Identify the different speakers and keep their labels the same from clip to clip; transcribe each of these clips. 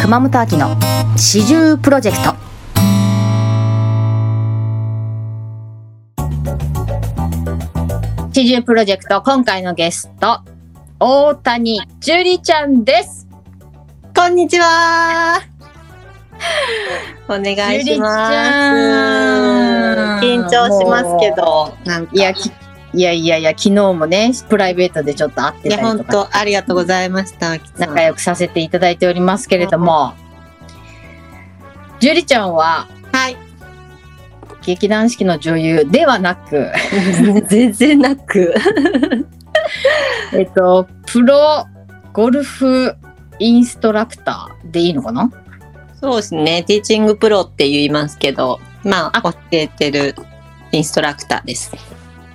Speaker 1: 熊本秋の始終プロジェクト
Speaker 2: 四十プロジェクト今回のゲスト大谷樹里ちゃんです
Speaker 3: こんにちは。お願いします。
Speaker 2: ゆり
Speaker 3: 緊
Speaker 2: ちゃん
Speaker 3: 張しますけど、なんか
Speaker 2: いやきいやいやいや昨日もねプライベートでちょっと会って
Speaker 3: い
Speaker 2: たり
Speaker 3: や
Speaker 2: と
Speaker 3: 本
Speaker 2: か
Speaker 3: 当ありがとうございました。秋さん
Speaker 2: 仲良くさせていただいておりますけれども樹里ちゃんは
Speaker 3: はい。
Speaker 2: 劇団四季の女優ではなく
Speaker 3: 全然なく。
Speaker 2: えっとプロゴルフインストラクターでいいのかな
Speaker 3: そうですね。ティーチングプロって言いますけど、まあ教えてるインストラクターです。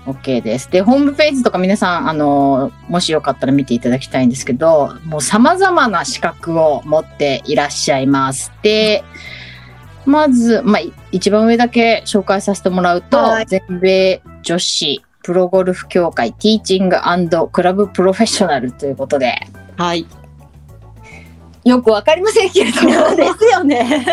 Speaker 2: OK です。で、ホームページとか皆さん、あの、もしよかったら見ていただきたいんですけど、もう様々な資格を持っていらっしゃいます。で、まず、まあ、い一番上だけ紹介させてもらうと、
Speaker 3: はい
Speaker 2: 全米女子プロゴルフ協会ティーチングクラブプロフェッショナルということで、
Speaker 3: はい。
Speaker 2: よくわかりませんけれど
Speaker 3: そう
Speaker 2: も、
Speaker 3: ですよね。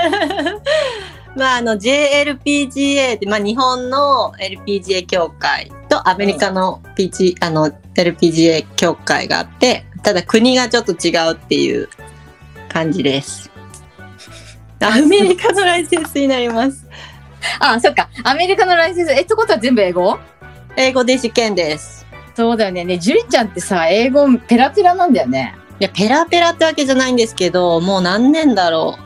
Speaker 3: まああの JLPGA ってまあ日本の LPGA 協会とアメリカの PG、あの LPGA 協会があって、ただ国がちょっと違うっていう感じです。アメリカのライセンスになります。
Speaker 2: あ、そっか、アメリカのライセンス、え、ってことは全部英語
Speaker 3: 英語で試験です。
Speaker 2: そうだよね。ね、ジュリちゃんってさ、英語ペラペラなんだよね。
Speaker 3: いやペラペラってわけじゃないんですけど、もう何年だろ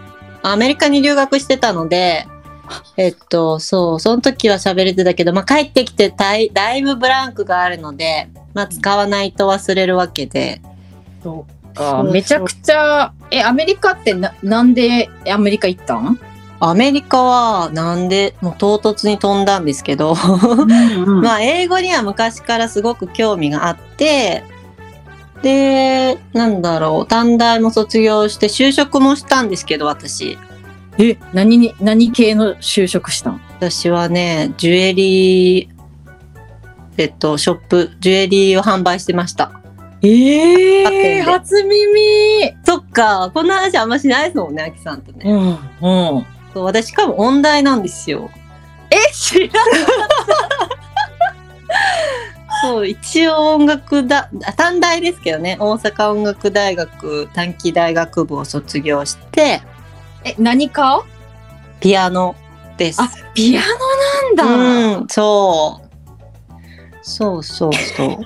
Speaker 3: う。アメリカに留学してたので。えっと、そう、その時は喋れてたけど、まあ、帰ってきてだいだいぶブランクがあるので、まあ、使わないと忘れるわけで。
Speaker 2: そうかめちゃくちゃえアメリカってななんでアメリカ行ったん、
Speaker 3: アメリカは、なんで、もう唐突に飛んだんですけど、
Speaker 2: あ
Speaker 3: まあ、英語には昔からすごく興味があって、で、なんだろう、短大も卒業して、就職もしたんですけど、私。
Speaker 2: え何に何系の就職したん
Speaker 3: 私はね、ジュエリー、えっと、ショップ、ジュエリーを販売してました。
Speaker 2: え初耳
Speaker 3: そっか、こんな話あんましないですもんね、あきさんとね。
Speaker 2: んうん
Speaker 3: そう私、しかも音大なんですよ。
Speaker 2: え知らん
Speaker 3: そう、一応音楽だ、あ短大ですけどね、大阪音楽大学短期大学部を卒業して、
Speaker 2: え何か
Speaker 3: ピアノです。
Speaker 2: あピアノなんだ、
Speaker 3: うん、そう。そうそうそう。
Speaker 2: 弾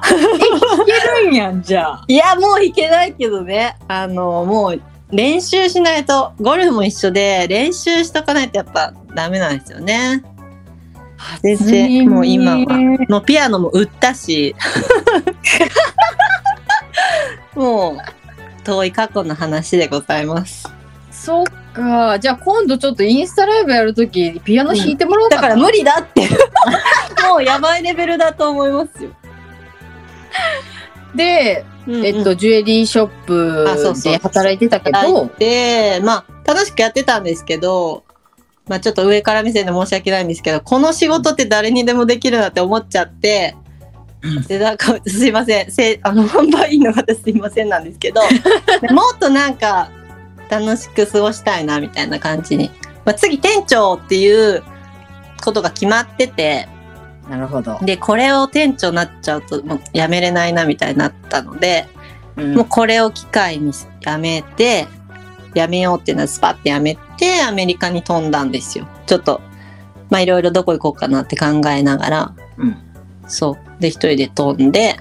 Speaker 2: けるんやんじゃあ
Speaker 3: いや、もういけないけどね。あの、もう練習しないと、ゴルフも一緒で、練習しとかないとやっぱダメなんですよね。全然、もう今は。
Speaker 2: は
Speaker 3: もうピアノも売ったし。もう、遠い過去の話でございます。
Speaker 2: そっかじゃあ今度ちょっとインスタライブやるときピアノ弾いてもらおうか
Speaker 3: だ
Speaker 2: な、
Speaker 3: から無理だって。もうやばいレベルだと思いますよ。
Speaker 2: で、えっとジュエリーショッ
Speaker 3: あそう
Speaker 2: プ
Speaker 3: そう
Speaker 2: で働いてたけど
Speaker 3: 働いて、まあ、楽しくやってたんですけど、まあ、ちょっと上から目線で申し訳ないんですけど、この仕事って誰にでもできるなって思っちゃって、で、なんか、すいません、せあの、 販売員の方すいませんなんで すけど、もっとなんか、楽しく過ごしたいな、みたいな感じに。まあ、次、店長っていうことが決まってて、
Speaker 2: なるほど、
Speaker 3: で、これを店長になっちゃうと、もうやめれないな、みたいになったので、
Speaker 2: うん
Speaker 3: もうこれを機会にやめて、やめようっていうのはスパッてやめて、アメリカに飛んだんですよ。ちょっと、まあいろいろどこ行こうかなって考えながら、
Speaker 2: うん
Speaker 3: そう。で、一人で飛んで、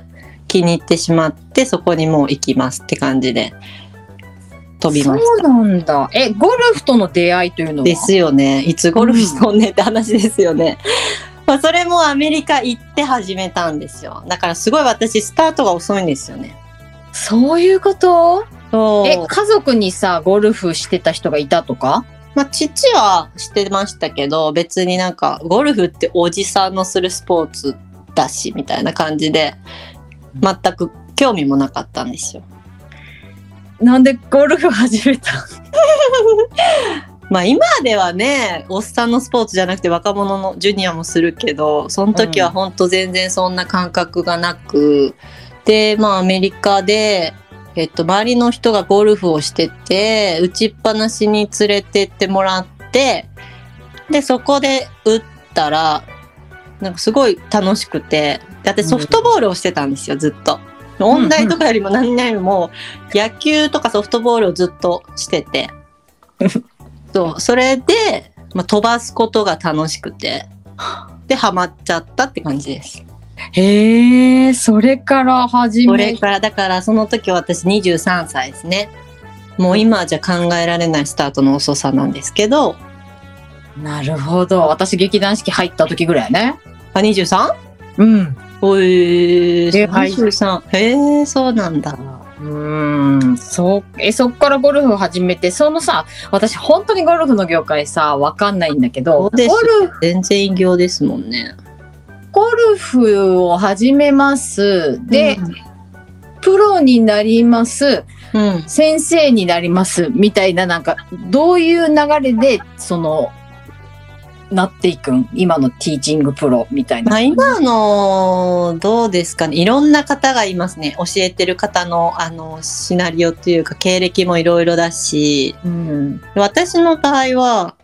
Speaker 3: 気に入ってしまって、そこにもう行きますって感じで、飛びまし
Speaker 2: そうなんだ。え、ゴルフとの出会いというの
Speaker 3: た。
Speaker 2: は
Speaker 3: ですよね。いつゴルフしとんねんって話ですよね。まあそれもアメリカ行って始めたんですよ。だからすごい私、スタートが遅いんですよね。
Speaker 2: そういうこと
Speaker 3: そう
Speaker 2: え、家族にさ、ゴルフしてた人がいたとか
Speaker 3: まあ、父はしてましたけど別になんかゴルフっておじさんのするスポーツだしみたいな感じで全く興味もなかったんですよ。
Speaker 2: なんでゴルフ始めた
Speaker 3: まあ今ではねおっさんのスポーツじゃなくて若者のジュニアもするけどその時は本当全然そんな感覚がなく、でまあアメリカでえっと、周りの人がゴルフをしてて、打ちっぱなしに連れてってもらって、で、そこで打ったら、なんかすごい楽しくて、だってソフトボールをしてたんですよ、ずっと。音大とかよりも何々よりも、野球とかソフトボールをずっとしてて。そう、それで、まあ、飛ばすことが楽しくて、で、ハマっちゃったって感じです。
Speaker 2: へえ、それから始
Speaker 3: こ
Speaker 2: め
Speaker 3: れからだからその時私23歳ですねもう今じゃ考えられないスタートの遅さなんですけど
Speaker 2: なるほど。私、劇団四季入った時ぐらいね。
Speaker 3: あ 23?
Speaker 2: うん。
Speaker 3: おえー、
Speaker 2: ではい
Speaker 3: 23へえー、そうなんだ
Speaker 2: うーん。そう、え、そっからゴルフを始めて、そのさ、私、本当にゴルフの業界さ、わかんないんだけど、
Speaker 3: そ
Speaker 2: ゴ
Speaker 3: うです
Speaker 2: ルフ、
Speaker 3: 全然異業ですもんね
Speaker 2: ゴルフを始めます。で、プロになります。
Speaker 3: うん、うん
Speaker 2: 先生になります。みたいな、なんか、どういう流れで、その、なっていくん今のティーチングプロみたいな。
Speaker 3: まあ、今のどうですかねいろんな方がいますね教えてる方のあのシナリオというか経歴もいろいろだし
Speaker 2: うん。
Speaker 3: 私の場合は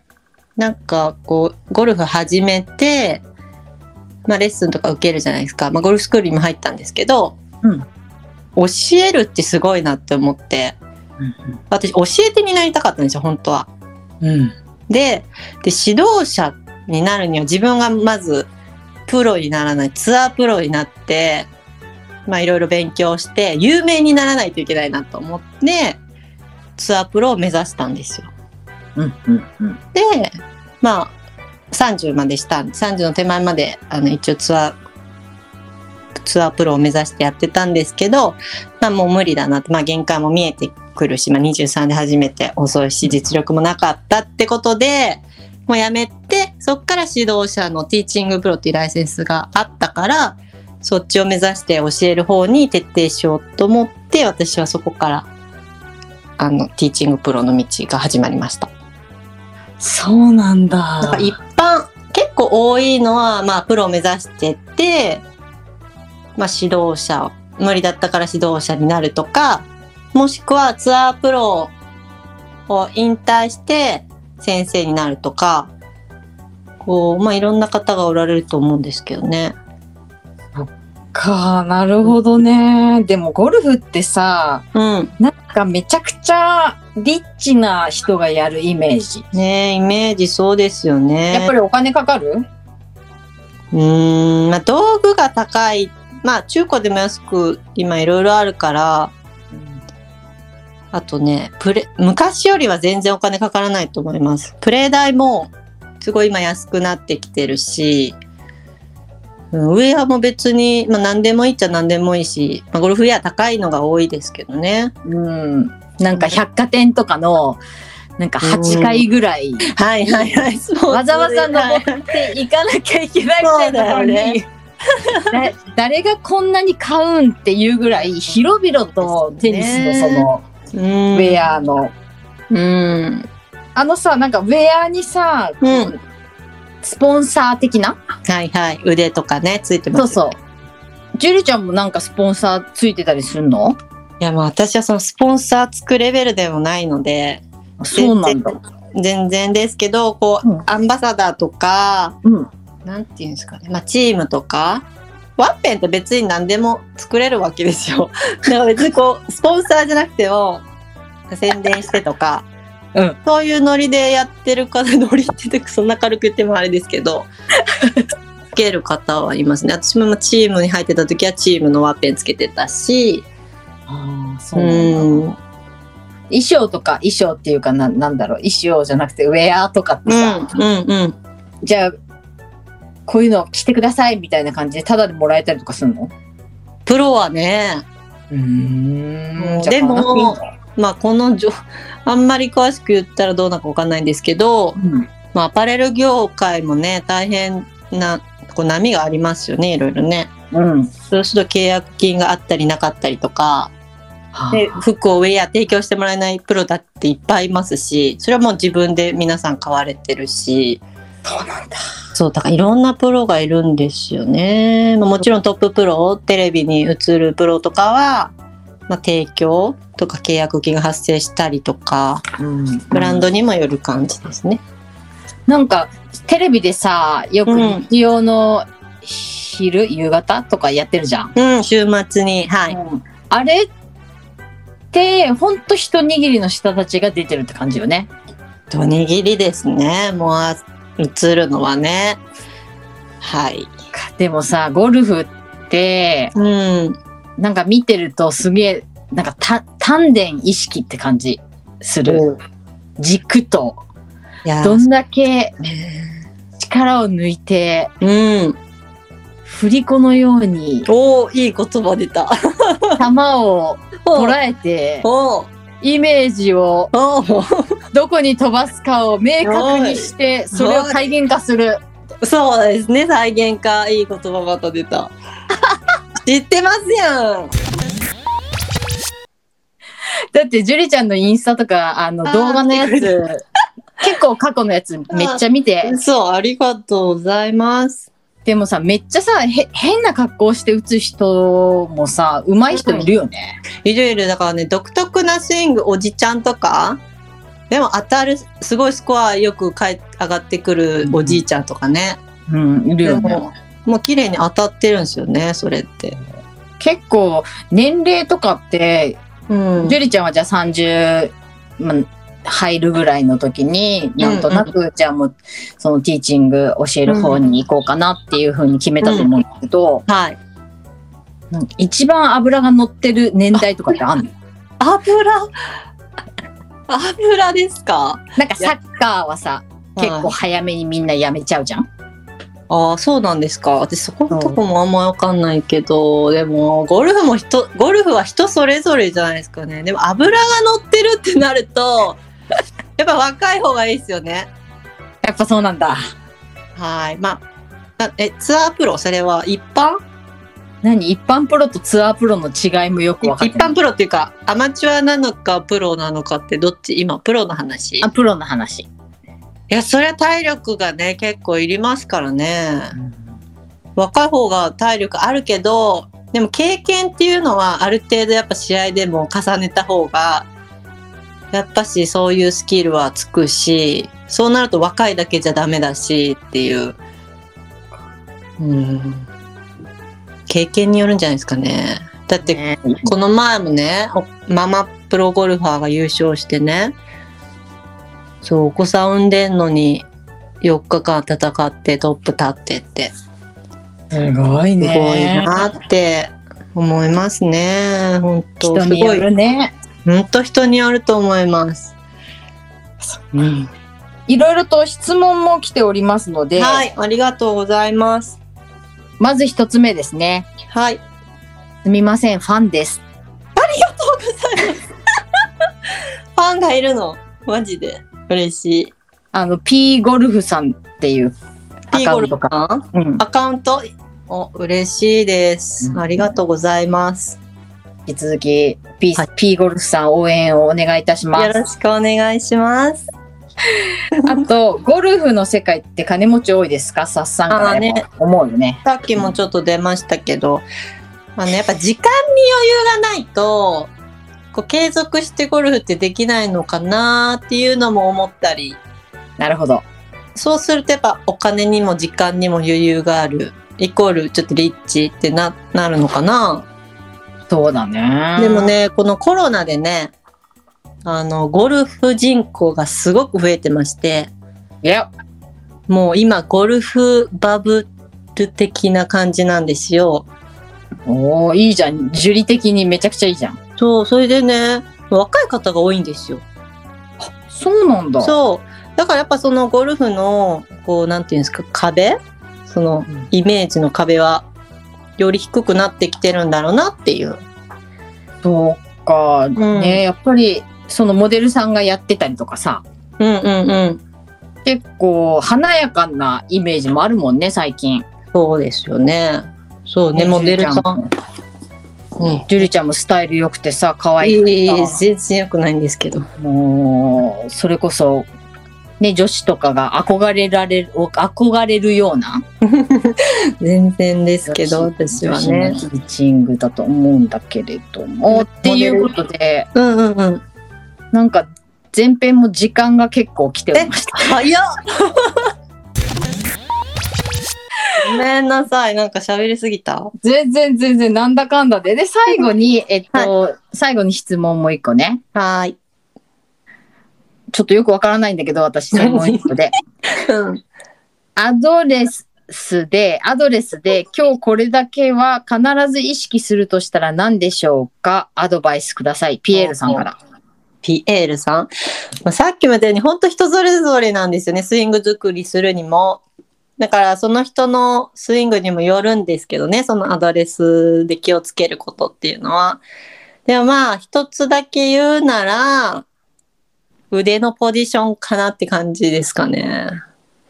Speaker 3: なんかこうゴルフ始めて、まあ、レッスンとか受けるじゃないですか、まあ、ゴルフスクールにも入ったんですけど、
Speaker 2: うん
Speaker 3: 教えるってすごいなって思って私教えてになりたかったんですよ本当は。
Speaker 2: うん。
Speaker 3: でで指導者になるには自分がまずプロにならないツアープロになってまあいろいろ勉強して有名にならないといけないなと思ってツアープロを目指したんですよ。
Speaker 2: うん。うん。うん。
Speaker 3: でまあ30までした30の手前まであの一応ツアーツアープロを目指してやってたんですけど、まあ、もう無理だなって、まあ、限界も見えてくるし、まあ、23で初めて遅いし実力もなかったってことでもうやめてそっから指導者のティーチングプロっていうライセンスがあったからそっちを目指して教える方に徹底しようと思って私はそこからあのティーチングプロの道が始まりました。
Speaker 2: そうなんだ。
Speaker 3: なんか一般結構多いのは、まあ、プロを目指してって、まあ、指導者無理だったから指導者になるとかもしくはツアープロを引退して先生になるとかこう、まあ、いろんな方がおられると思うんですけどね。
Speaker 2: かなるほどねでもゴルフってさ
Speaker 3: うん、
Speaker 2: なんかめちゃくちゃリッチな人がやるイメージ
Speaker 3: ねえイメージそうですよね。
Speaker 2: やっぱりお金かかる
Speaker 3: うーん、まあ、道具が高い、まあ、中古でも安く今いろいろあるからあとね、プレ、昔よりは全然お金かからないと思います。プレイ代も、すごい今安くなってきてるし、うんウェアも別に、まあ何でもいいっちゃ何でもいいし、まあゴルフウェア高いのが多いですけどね。
Speaker 2: うんなんか百貨店とかのなんか8回ぐらい
Speaker 3: はいはいはい、そう
Speaker 2: わざわざ
Speaker 3: はい
Speaker 2: 登って行かなきゃいけないみたいなところに、だ誰がこんなに買うんっていうぐらい広々とテニスのそのウ
Speaker 3: うん。
Speaker 2: ェアの
Speaker 3: うん。
Speaker 2: あのさなんかウェアにさ
Speaker 3: うん。
Speaker 2: スポンサー的な
Speaker 3: はいはい、腕とかね、ついてます
Speaker 2: そ
Speaker 3: よ
Speaker 2: うそう。ジュリちゃんもなんかスポンサーついてたりするの
Speaker 3: いや、まあ私はそのスポンサーつくレベルでもないので、
Speaker 2: そうなんだ。
Speaker 3: 全然ですけど、こう、
Speaker 2: うん
Speaker 3: アンバサダーとか、
Speaker 2: うん。
Speaker 3: なんていうんですかね、まあ、チームとかワッペンって別に何でも作れるわけですよ。 だから別にこうスポンサーじゃなくても宣伝してとか、
Speaker 2: うん
Speaker 3: そういうノリでやってる方ノリって言ってそんな軽く言ってもあれですけどつける方はいますね。私もまあチームに入ってた時はチームのワッペンつけてたし
Speaker 2: ああ、そううなんだ。
Speaker 3: ん
Speaker 2: 衣装とか衣装っていうかな、なんだろう、衣装じゃなくてウェアとかって
Speaker 3: うんう
Speaker 2: さ、
Speaker 3: んうん
Speaker 2: じゃあ、こういうの着てくださいみたいな感じでタダでもらえたりとかするの
Speaker 3: プロはね
Speaker 2: うーん
Speaker 3: でも、まあこのじょあんまり詳しく言ったらどうなのかわかんないんですけど、
Speaker 2: うん、
Speaker 3: まあ、アパレル業界もね大変なこう波がありますよねいろいろね
Speaker 2: うん。
Speaker 3: そうすると契約金があったりなかったりとかで
Speaker 2: で
Speaker 3: 服をウェア提供してもらえないプロだっていっぱいいますしそれはもう自分で皆さん買われてるし
Speaker 2: そうなんだ。
Speaker 3: そうだからいろんなプロがいるんですよね、まあもちろんトッププロテレビに映るプロとかはまあ、提供とか契約金が発生したりとか
Speaker 2: うん
Speaker 3: ブランドにもよる感じですね。
Speaker 2: なんかテレビでさよく
Speaker 3: うん
Speaker 2: 日曜の昼、夕方とかやってるじゃん、
Speaker 3: うん、週末に、はい、
Speaker 2: うんあれってほんと一握りの人たちが出てるって感じよね
Speaker 3: と握りですね。もうあ映るのはね、はい、
Speaker 2: でもさゴルフって
Speaker 3: うん、
Speaker 2: なんか見てるとすげえなんかた丹田意識って感じする、軸と
Speaker 3: いや、
Speaker 2: どんだけ力を抜いて
Speaker 3: うん、
Speaker 2: 振り子のように球
Speaker 3: おお、いい言葉出た。
Speaker 2: を捉えて
Speaker 3: おー
Speaker 2: イメージを
Speaker 3: おー、
Speaker 2: どこに飛ばすかを明確にしてそれを体現化する
Speaker 3: そうですね、再現化、いい言葉また出た。知ってますやん。
Speaker 2: だって樹里ちゃんのインスタとかあの
Speaker 3: あー
Speaker 2: 動画のやつ結構過去のやつめっちゃ見て
Speaker 3: そう、ありがとうございます。
Speaker 2: でもさめっちゃさへ変な格好して打つ人もさ上手い人いるよね、
Speaker 3: いろいろだからね、独特なスイング、おじちゃんとか、でも当たる、すごいスコアよくかえ上がってくるおじいちゃんとかね。
Speaker 2: うん、いる
Speaker 3: で
Speaker 2: よね
Speaker 3: も、もう綺麗に当たってるんですよね、それって。
Speaker 2: 結構年齢とかって
Speaker 3: うん
Speaker 2: ジュリちゃんはじゃあ30、まあ、入るぐらいの時に、なんとなく、じゃあもう、そのティーチング教える方に行こうかなっていうふうに決めたと思うんだけど、
Speaker 3: はい。
Speaker 2: なんか一番油が乗ってる年代とかってあ んの
Speaker 3: 油、 油ですか
Speaker 2: なんかサッカーはさ、結構
Speaker 3: はい
Speaker 2: 早めにみんなやめちゃうじゃん。
Speaker 3: ああ、そうなんですか。私、そこのとこもあんまわかんないけど、でも、ゴルフも人、ゴルフは人それぞれじゃないですかね。でも、油が乗ってるってなると、 やっぱ若い方がいいですよね。
Speaker 2: やっぱそうなんだ。
Speaker 3: はい。まあ、あえ、ツアープロ、それは一般
Speaker 2: 何一般プロとツアープロの違いもよく分かっ
Speaker 3: 一
Speaker 2: てない
Speaker 3: 般プロっていうか、アマチュアなのかプロなのかって、どっち今、プロの話。い
Speaker 2: あ、プロの話。
Speaker 3: や、それは体力がね、結構いりますからね。若い方が体力あるけどでも経験っていうのはある程度やっぱ試合でも重ねた方がやっぱしそういうスキルはつくしそうなると若いだけじゃダメだしっていう、うん、経験によるんじゃないですかね。だって
Speaker 2: ね
Speaker 3: この前もねおママプロゴルファーが優勝してねそうお子さん産んでんのに4日間戦ってトップ立ってって
Speaker 2: すごい
Speaker 3: すごい
Speaker 2: ね。
Speaker 3: なって思いますね。本当
Speaker 2: 人
Speaker 3: す
Speaker 2: に
Speaker 3: ご
Speaker 2: よ
Speaker 3: い。
Speaker 2: るね。
Speaker 3: 本当人によると思います。うん、
Speaker 2: いろいろと質問も来ておりますので、
Speaker 3: はい、ありがとうございます。
Speaker 2: まず一つ目ですね。
Speaker 3: はい、
Speaker 2: すみません、ファンです。
Speaker 3: ファンがいるの、マジで嬉しい。
Speaker 2: あの、P ゴルフさんっていうア
Speaker 3: ピー
Speaker 2: カ
Speaker 3: ゴ
Speaker 2: ウン
Speaker 3: ル
Speaker 2: ト
Speaker 3: フ
Speaker 2: か。
Speaker 3: さん、
Speaker 2: うん、
Speaker 3: アカウント、お、嬉しいです
Speaker 2: う。ん
Speaker 3: ありがとうございます。
Speaker 2: 引き続き P,、
Speaker 3: はい
Speaker 2: P ゴルフさん応援をお願いいたしま
Speaker 3: よろ
Speaker 2: す。
Speaker 3: しくお願いします。
Speaker 2: あと、ゴルフの世界って金持ち多いですかさっさんか
Speaker 3: あ
Speaker 2: ら
Speaker 3: ーね
Speaker 2: やっぱ思うよね。
Speaker 3: さっきもちょっと出ましたけど、あのやっぱ時間に余裕がないと、こう継続してゴルフってできないのかなっていうのも思ったり、
Speaker 2: なるほど。
Speaker 3: そうするとやっぱお金にも時間にも余裕がある、イコールちょっとリッチってな、なるのかな。
Speaker 2: そうだね。
Speaker 3: でも。ね、このコロナでね、あの、ゴルフ人口がすごく増えてまして、
Speaker 2: いや、
Speaker 3: もう今ゴルフバブル的な感じなんですよ。
Speaker 2: おーいいじゃん。樹里的にめちゃくちゃいいじゃん。
Speaker 3: そう、それでね、若い方が多いんですよ。
Speaker 2: そうなんだ。
Speaker 3: そう。だからやっぱそのゴルフの、こう、なんていうんですか、壁その
Speaker 2: うん
Speaker 3: イメージの壁は、より低くなってきてるんだろうなっていう。
Speaker 2: そうか。
Speaker 3: ん
Speaker 2: ねやっぱり、そのモデルさんがやってたりとかさ、
Speaker 3: うんうんうん。
Speaker 2: 結構華やかなイメージもあるもんね、最近。
Speaker 3: そうですよね。そうね、
Speaker 2: ね
Speaker 3: モデルさん。うん。
Speaker 2: ジュリちゃんもスタイル良くてさ、可
Speaker 3: い
Speaker 2: 愛い
Speaker 3: い
Speaker 2: い
Speaker 3: 全然良くないんですけど。
Speaker 2: もう、それこそ、ね、女子とかが憧れられる、憧れるような
Speaker 3: 全然ですけど、
Speaker 2: 女子
Speaker 3: 私は
Speaker 2: 女
Speaker 3: ね。
Speaker 2: 子のティーチングだと思うんだけれども、
Speaker 3: うん
Speaker 2: っていうことで、
Speaker 3: うんうんうん。
Speaker 2: なんか前編も時間が結構来ておりました。
Speaker 3: 早っ ごめんなさい。なんか喋りすぎた。
Speaker 2: 全然全然なんだかんだで。で、最後に、えっと、最後に質問もう一個ね。
Speaker 3: はーい。
Speaker 2: ちょっとよくわからないんだけど、私、専門一個 で。
Speaker 3: うん。
Speaker 2: アドレスで、アドレスで、今日これだけは必ず意識するとしたら何でしょうかアドバイスください。ピエールさんから。
Speaker 3: ピエールさん。まあ、さっきも言ったように、本当人それぞれなんですよね。スイング作りするにも。だから、その人のスイングにもよるんですけどね。そのアドレスで気をつけることっていうのは。でもまあ、一つだけ言うなら、腕のポジションかなって感じですかね。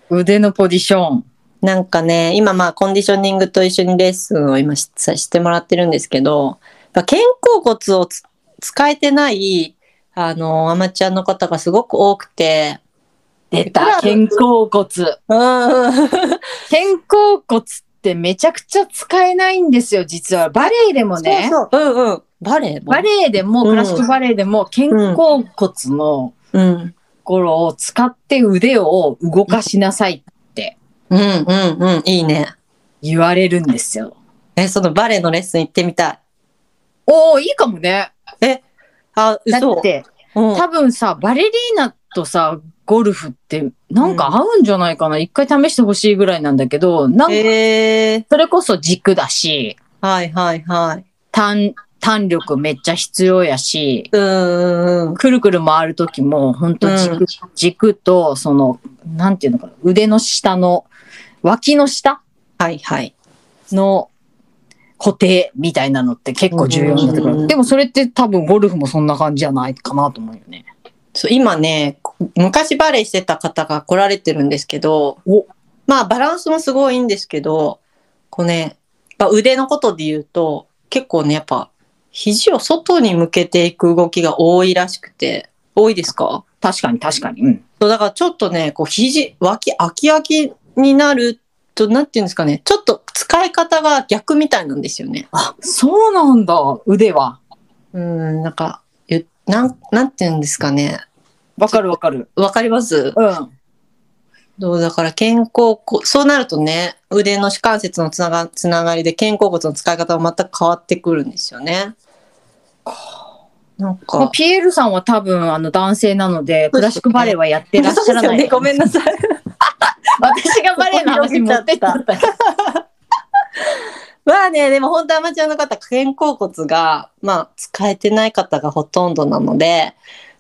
Speaker 2: 腕のポジション。
Speaker 3: なんかね、今まあコンディショニングと一緒にレッスンを今しさしてもらってるんですけど、やっぱ肩甲骨をつ使えてない、あの、アマチュアの方がすごく多くて、
Speaker 2: 出た。肩甲骨。肩
Speaker 3: うん うんうん、
Speaker 2: 甲骨ってめちゃくちゃ使えないんですよ、実は。バレエでもね。
Speaker 3: そうそう、うんうん、バレエも
Speaker 2: バレエでも、
Speaker 3: うん
Speaker 2: クラシックバレエでも、肩甲骨の
Speaker 3: うん、
Speaker 2: ところを使って腕を動かしなさいって
Speaker 3: うん、うん、うん、いいね。
Speaker 2: 言われるんですよ。
Speaker 3: え、そのバレエのレッスン行ってみた
Speaker 2: おおいいかもね。
Speaker 3: い。え、あ、
Speaker 2: だ
Speaker 3: 嘘
Speaker 2: っ。て、
Speaker 3: うん
Speaker 2: 多分さ、バレリーナとさ、ゴルフってなんか合うんじゃないかな。一、回試してほしいぐらいなんだけど、なんか
Speaker 3: えー、
Speaker 2: それこそ軸だし、
Speaker 3: はいはいはい。
Speaker 2: 弾、弾力めっちゃ必要やし、
Speaker 3: うん、うん、
Speaker 2: くるくる回る時も、ほんと軸、
Speaker 3: うん
Speaker 2: 軸と、その、なんていうのかな、腕の下の、脇の下
Speaker 3: はいはい。
Speaker 2: の固定みたいなのって結構重要になってく
Speaker 3: うん
Speaker 2: る。でもそれって多分ゴルフもそんな感じじゃないかなと思うよね。
Speaker 3: そう今ねこ昔バレエしてた方が来られてるんですけど
Speaker 2: お
Speaker 3: まあバランスもすごいいいんですけどこうねやっぱ腕のことで言うと結構ねやっぱ肘を外に向けていく動きが多いらしくて多いですか
Speaker 2: 確かに確かに。うん。
Speaker 3: そうだからちょっとねこう肘脇あきあきになるとなんていうんですかねちょっと使い方が逆みたいなんですよね。
Speaker 2: あ、そうなんだ、腕は。
Speaker 3: うんなんかゆなんなんていうんですかね
Speaker 2: わかるわかる。
Speaker 3: わかります
Speaker 2: うん。
Speaker 3: そうだから肩甲骨、そうなるとね、腕の主関節のつながつながりで肩甲骨の使い方も全く変わってくるんですよね。なんか。
Speaker 2: ピエールさんは多分、あの、男性なので、
Speaker 3: そ
Speaker 2: ク
Speaker 3: うですね
Speaker 2: ラシックバレエはやってらっしゃら
Speaker 3: そうですよ
Speaker 2: ない。
Speaker 3: ね、 ごめんなさい。
Speaker 2: 私がバレエの話持ってっちゃった。
Speaker 3: まあね、でも本当アマチュアの方、肩甲骨が、まあ、使えてない方がほとんどなので、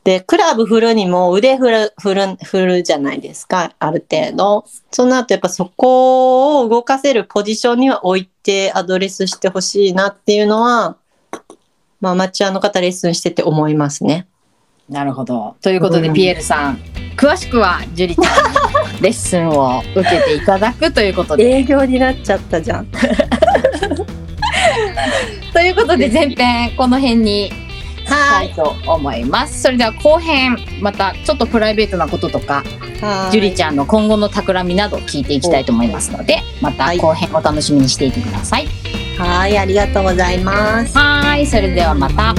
Speaker 3: で、クラブ振るにも腕振る、振る、振るじゃないですか、ある程度。その後やっぱそこを動かせるポジションには置いてアドレスしてほしいなっていうのは、まあ、アマチュアの方レッスンしてて思いますね。
Speaker 2: なるほど。ということで、
Speaker 3: うん
Speaker 2: ピエールさん、詳しくは、ジュリちゃんにレッスンを受けていただくということで。
Speaker 3: 営業になっちゃったじゃん。
Speaker 2: ということで、前編、この辺にした
Speaker 3: はいい。
Speaker 2: と思います。それでは後編、また、ちょっとプライベートなこととか、ジュリちゃんの今後の企みなど聞いていきたいと思いますので、また後編お楽しみにしていてください。
Speaker 3: はい、ありがとうございます。
Speaker 2: はーい、それではまた。